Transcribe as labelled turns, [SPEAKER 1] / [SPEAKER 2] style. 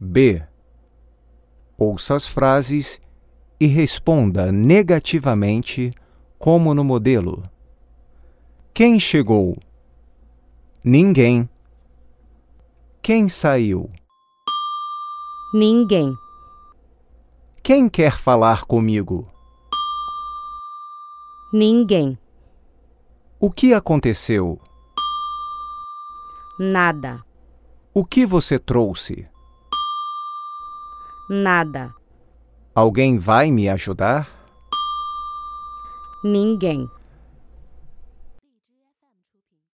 [SPEAKER 1] B. Ouça as frases e responda negativamente, como no modelo: Quem chegou? Ninguém. Quem saiu?
[SPEAKER 2] Ninguém.
[SPEAKER 1] Quem quer falar comigo?
[SPEAKER 2] Ninguém.
[SPEAKER 1] O que aconteceu?
[SPEAKER 2] Nada.
[SPEAKER 1] O que você trouxe?
[SPEAKER 2] Nada.
[SPEAKER 1] Alguém vai me ajudar?
[SPEAKER 2] Ninguém.